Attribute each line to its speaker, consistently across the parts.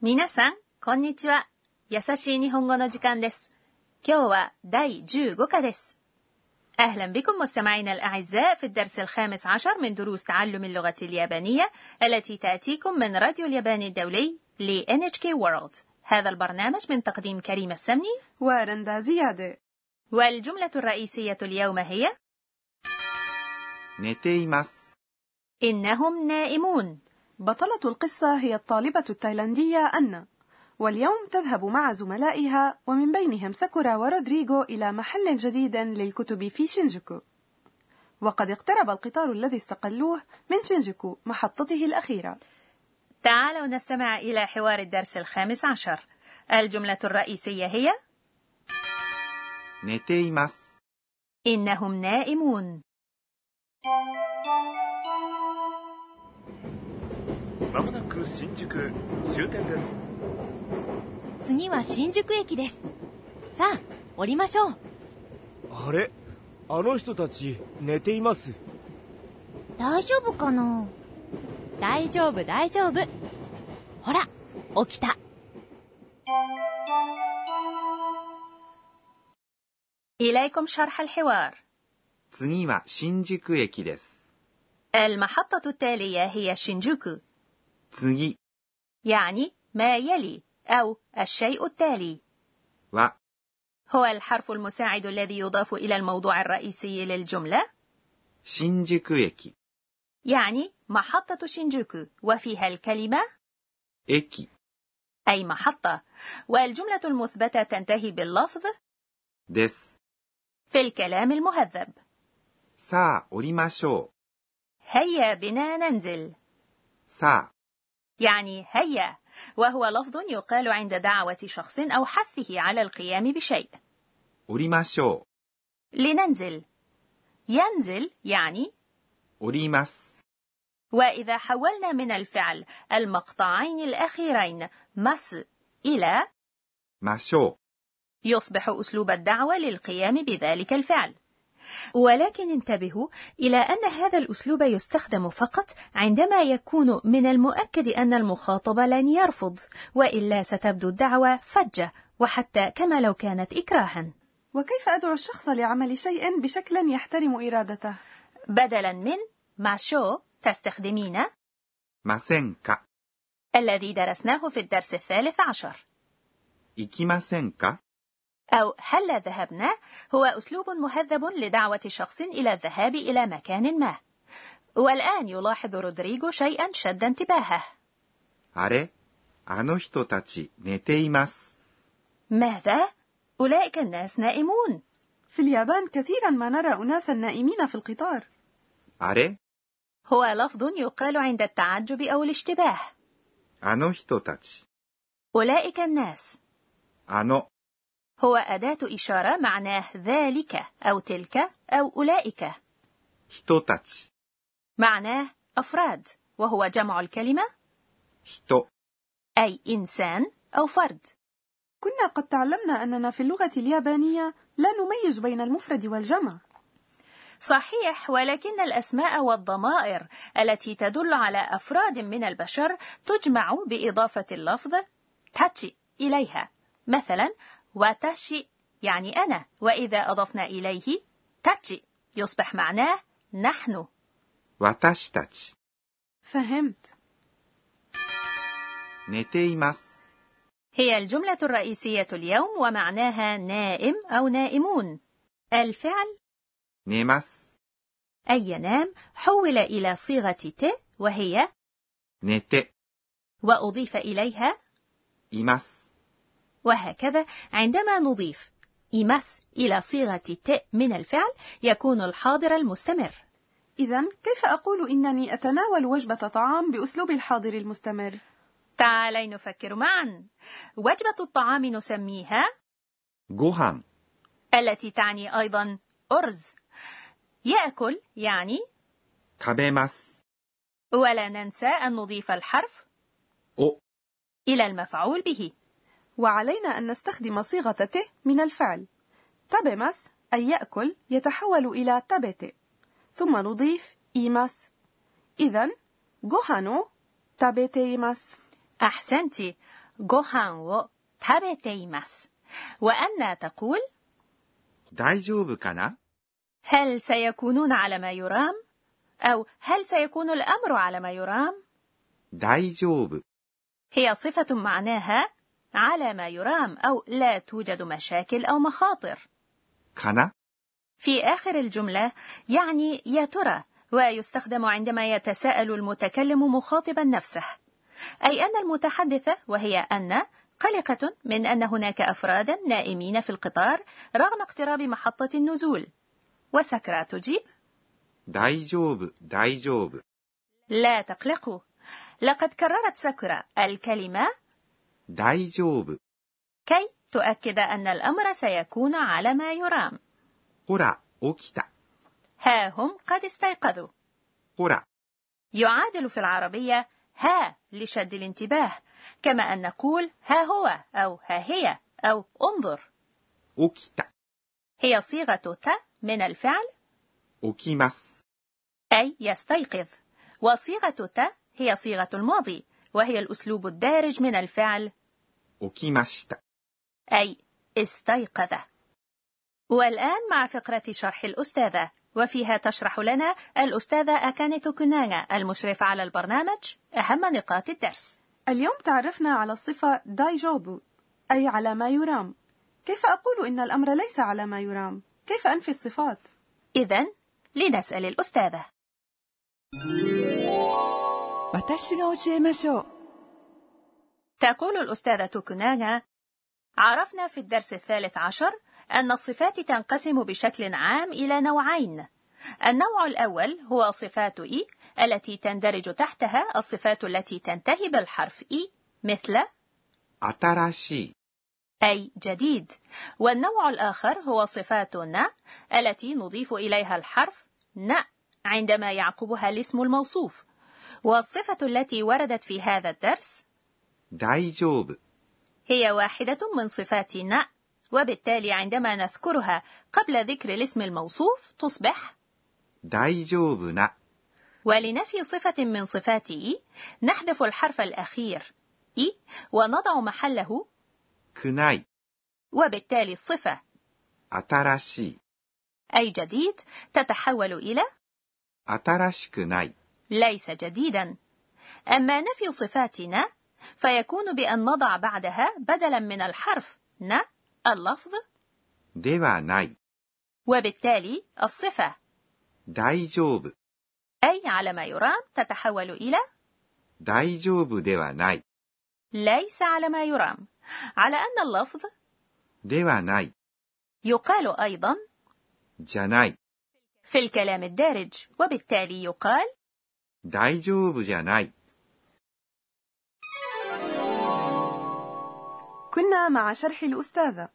Speaker 1: 皆さん、こんにちは。優しい日本語の時間です。今日は第15課です。أهلا بكم مستمعينا الأعزاء في الدرس الخامس عشر من دروس تعلم اللغة اليابانية التي تأتيكم من راديو اليابان الدولي ل NHK World هذا البرنامج من تقديم كريم السمني
Speaker 2: ورندا زيادة
Speaker 1: والجملة الرئيسية اليوم هي
Speaker 3: 寝ています
Speaker 1: إنهم نائمون
Speaker 2: بطلة القصة هي الطالبة التايلاندية أنا واليوم تذهب مع زملائها ومن بينهم ساكورا ورودريغو إلى محل جديد للكتب في شينجوكو وقد اقترب القطار الذي استقلوه من شينجوكو محطته الأخيرة
Speaker 1: تعالوا نستمع إلى حوار الدرس الخامس عشر الجملة الرئيسية هي
Speaker 3: 寝ています
Speaker 1: إنهم نائمون
Speaker 4: まもなく新宿終点です
Speaker 5: 次は新宿駅ですさあ降りましょう
Speaker 6: あれあの人たち寝ています
Speaker 7: 大丈夫かな
Speaker 5: 大丈夫大丈夫ほら起きた
Speaker 1: イライコムシャルハルヘワー
Speaker 3: 次は新宿駅です
Speaker 1: المحطة التالية هي شينجوكو
Speaker 3: 次
Speaker 1: يعني ما يلي أو الشيء التالي
Speaker 3: は
Speaker 1: هو الحرف المساعد الذي يضاف إلى الموضوع الرئيسي للجملة
Speaker 3: 新宿駅
Speaker 1: يعني محطة شينجوكو وفيها الكلمة
Speaker 3: 駅
Speaker 1: أي محطة والجملة المثبتة تنتهي باللفظ
Speaker 3: です
Speaker 1: في الكلام المهذب
Speaker 3: さあ降りましょ
Speaker 1: هيا بنا ننزل
Speaker 3: うさあ
Speaker 1: يعني هيا وهو لفظ يقال عند دعوة شخص أو حثه على القيام بشيء
Speaker 3: 降りましょ
Speaker 1: لننزل ينزل يعني
Speaker 3: う降ります
Speaker 1: وإذا حولنا من الفعل المقطعين الأخيرين مس إلى
Speaker 3: ましょ
Speaker 1: يصبح أسلوب الدعوة للقيام بذلك الفعل ولكن انتبهوا إلى أن هذا الأسلوب يستخدم فقط عندما يكون من المؤكد أن المخاطب لن يرفض، وإلا ستبدو الدعوة فجة وحتى كما لو كانت إكراها.
Speaker 2: وكيف أدعو الشخص لعمل شيء بشكل يحترم إرادته؟
Speaker 1: بدلا من مع شو تستخدمين
Speaker 3: うませんか
Speaker 1: الذي درسناه في الدرس الثالث عشر
Speaker 3: 行きませんか
Speaker 1: أو هل ذهبنا هو أسلوب مهذب لدعوة شخص إلى الذهاب إلى مكان ما والآن يلاحظ رودريغو شيئا شد انتباهه
Speaker 3: あれあの人たち寝ています
Speaker 1: ماذا؟ أولئك الناس نائمون
Speaker 2: في اليابان كثيرا ما نرى أناسا نائمين في القطار
Speaker 3: あれ
Speaker 1: هو لفظ يقال عند التعجب أو الاشتباه
Speaker 3: あの人たち
Speaker 1: أولئك الناس
Speaker 3: あの
Speaker 1: هو أداة إشارة معناه ذلك أو تلك أو أولئك
Speaker 3: 人たち
Speaker 1: معناه أفراد وهو جمع الكلمة
Speaker 3: 人
Speaker 1: أي إنسان أو فرد
Speaker 2: كنا قد تعلمنا أننا في اللغة اليابانية لا نميز بين المفرد والجمع
Speaker 1: صحيح ولكن الأسماء والضمائر التي تدل على أفراد من البشر تجمع بإضافة اللفظ تاتشي إليها مثلا واتاشي يعني أنا وإذا أضفنا إليه تاتشي يصبح معناه نحن
Speaker 3: 私たち
Speaker 2: فهمت
Speaker 3: 寝ています
Speaker 1: هي الجملة الرئيسية اليوم ومعناها نائم أو نائمون الفعل
Speaker 3: 寝ます
Speaker 1: أي ينام حول إلى صيغة ت وهي
Speaker 3: 寝て
Speaker 1: وأضيف إليها
Speaker 3: います
Speaker 1: وهكذا عندما نضيف إيماس إلى صيغة ت من الفعل يكون الحاضر المستمر
Speaker 2: إذا كيف أقول إنني أتناول وجبة طعام بأسلوب الحاضر المستمر؟
Speaker 1: تعالي نفكر معا وجبة الطعام نسميها
Speaker 3: ご飯
Speaker 1: التي تعني أيضا أرز يأكل يعني
Speaker 3: 食べます
Speaker 1: ولا ننسى أن نضيف الحرف
Speaker 3: お
Speaker 1: إلى المفعول به
Speaker 2: وعلينا أن نستخدم صيغة ت من الفعل تابمس أي يأكل يتحول إلى تابت ثم نضيف إيماس إذا جوهانو تابيتيماس
Speaker 1: أحسنت ご飯を食べています。وأن تقول
Speaker 3: 大丈夫かな
Speaker 1: هل سيكونون على ما يرام؟ أو هل سيكون الأمر على ما يرام؟
Speaker 3: 大丈夫。
Speaker 1: هي صفة معناها على ما يرام أو لا توجد مشاكل أو مخاطر.
Speaker 3: かな
Speaker 1: في آخر الجملة يعني يا ترى ويستخدم عندما يتساءل المتكلم مخاطبا نفسه. أي أن المتحدثة وهي أن قلقة من أن هناك أفرادا نائمين في القطار رغم اقتراب محطة النزول. وسكرى تجيب:
Speaker 3: 大丈夫、大丈夫。
Speaker 1: لا تقلقوا. لقد كررت سكرى الكلمة
Speaker 3: 大丈夫。
Speaker 1: كي تؤكد أن الأمر سيكون على ما يرام.
Speaker 3: ほら、起きた。
Speaker 1: ها هم قد استيقظوا.
Speaker 3: ほら、
Speaker 1: يعادل في العربية ها لشد الانتباه، كما أن نقول ها هو أو ها هي أو انظر.
Speaker 3: 起きた。
Speaker 1: هي صيغة ت من الفعل
Speaker 3: 起きます。
Speaker 1: أي يستيقظ، وصيغة ت هي صيغة الماضي، وهي الأسلوب الدارج من الفعل
Speaker 3: 起きました。
Speaker 1: أي استيقظ. والآن مع فقرة شرح الأستاذة، وفيها تشرح لنا الأستاذة أكانيتو كونانا المشرفة على البرنامج أهم نقاط الدرس.
Speaker 2: اليوم تعرفنا على الصفة دايجوبو أي على ما يرام كيف أقول إن الأمر ليس على ما يرام؟ كيف أنفي الصفات؟
Speaker 1: إذا لنسأل الأستاذة.
Speaker 8: 私が教えましょう
Speaker 1: تقول الأستاذة كونانا: عرفنا في الدرس الثالث عشر أن الصفات تنقسم بشكل عام إلى نوعين. النوع الأول هو صفات إي التي تندرج تحتها الصفات التي تنتهي بالحرف إي مثل
Speaker 3: 新しい、
Speaker 1: أي جديد، والنوع الآخر هو صفات ن التي نضيف إليها الحرف ن عندما يعقبها الاسم الموصوف، والصفة التي وردت في هذا الدرس
Speaker 3: 大丈夫。
Speaker 1: هي واحدة من صفات ن، وبالتالي عندما نذكرها قبل ذكر الاسم الموصوف تصبح
Speaker 3: 大丈夫な、
Speaker 1: ولنفي صفة من صفات إي نحذف الحرف الأخير إي ونضع محله
Speaker 3: くない、
Speaker 1: وبالتالي الصفة
Speaker 3: 新しい、
Speaker 1: أي جديد تتحول إلى
Speaker 3: 新しくない、
Speaker 1: ليس جديدا أما نفي صفاتنا فيكون بأن نضع بعدها بدلا من الحرف ن اللفظ
Speaker 3: ではない、
Speaker 1: وبالتالي الصفة
Speaker 3: 大丈夫、
Speaker 1: أي على ما يرام تتحول إلى
Speaker 3: 大丈夫ではない、
Speaker 1: ليس على ما يرام على أن اللفظ
Speaker 3: ではない、
Speaker 1: يقال أيضا
Speaker 3: じゃない、
Speaker 1: في الكلام الدارج وبالتالي يقال
Speaker 3: 大丈夫じゃない。
Speaker 2: كنا مع شرح الأستاذة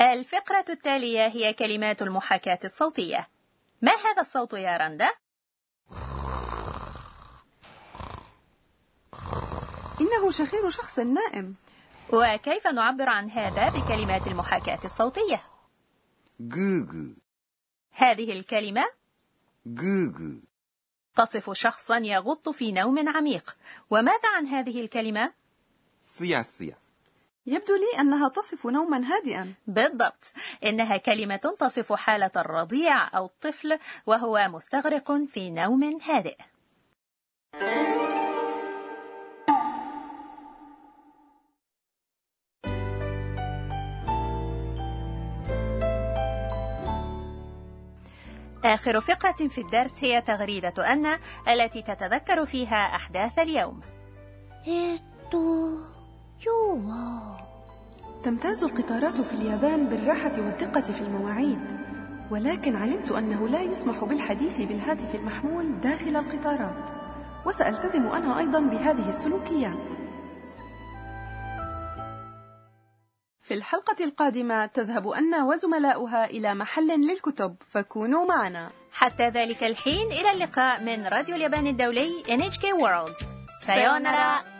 Speaker 1: الفقرة التالية هي كلمات المحاكاة الصوتية ما هذا الصوت يا رندا؟
Speaker 2: إنه شخير شخص نائم
Speaker 1: وكيف نعبر عن هذا بكلمات المحاكاة الصوتية؟
Speaker 3: ぐーぐー、
Speaker 1: هذه الكلمة
Speaker 3: ぐーぐー、
Speaker 1: تصف شخصا يغط في نوم عميق وماذا عن هذه الكلمة؟
Speaker 3: すやすや、
Speaker 2: يبدو لي أنها تصف نوما هادئا
Speaker 1: بالضبط إنها كلمة تصف حالة الرضيع أو الطفل وهو مستغرق في نوم هادئ آخر فقرة في الدرس هي تغريدة أن التي تتذكر فيها أحداث اليوم
Speaker 7: えーっと、今日は、
Speaker 2: تمتاز القطارات في اليابان بالراحة والدقة في المواعيد ولكن علمت أنه لا يسمح بالحديث بالهاتف المحمول داخل القطارات وسألتزم أنا أيضا بهذه السلوكيات في الحلقة القادمة تذهب أنا وزملاؤها إلى محل للكتب فكونوا معنا
Speaker 1: حتى ذلك الحين إلى اللقاء من راديو اليابان الدولي NHK World さようなら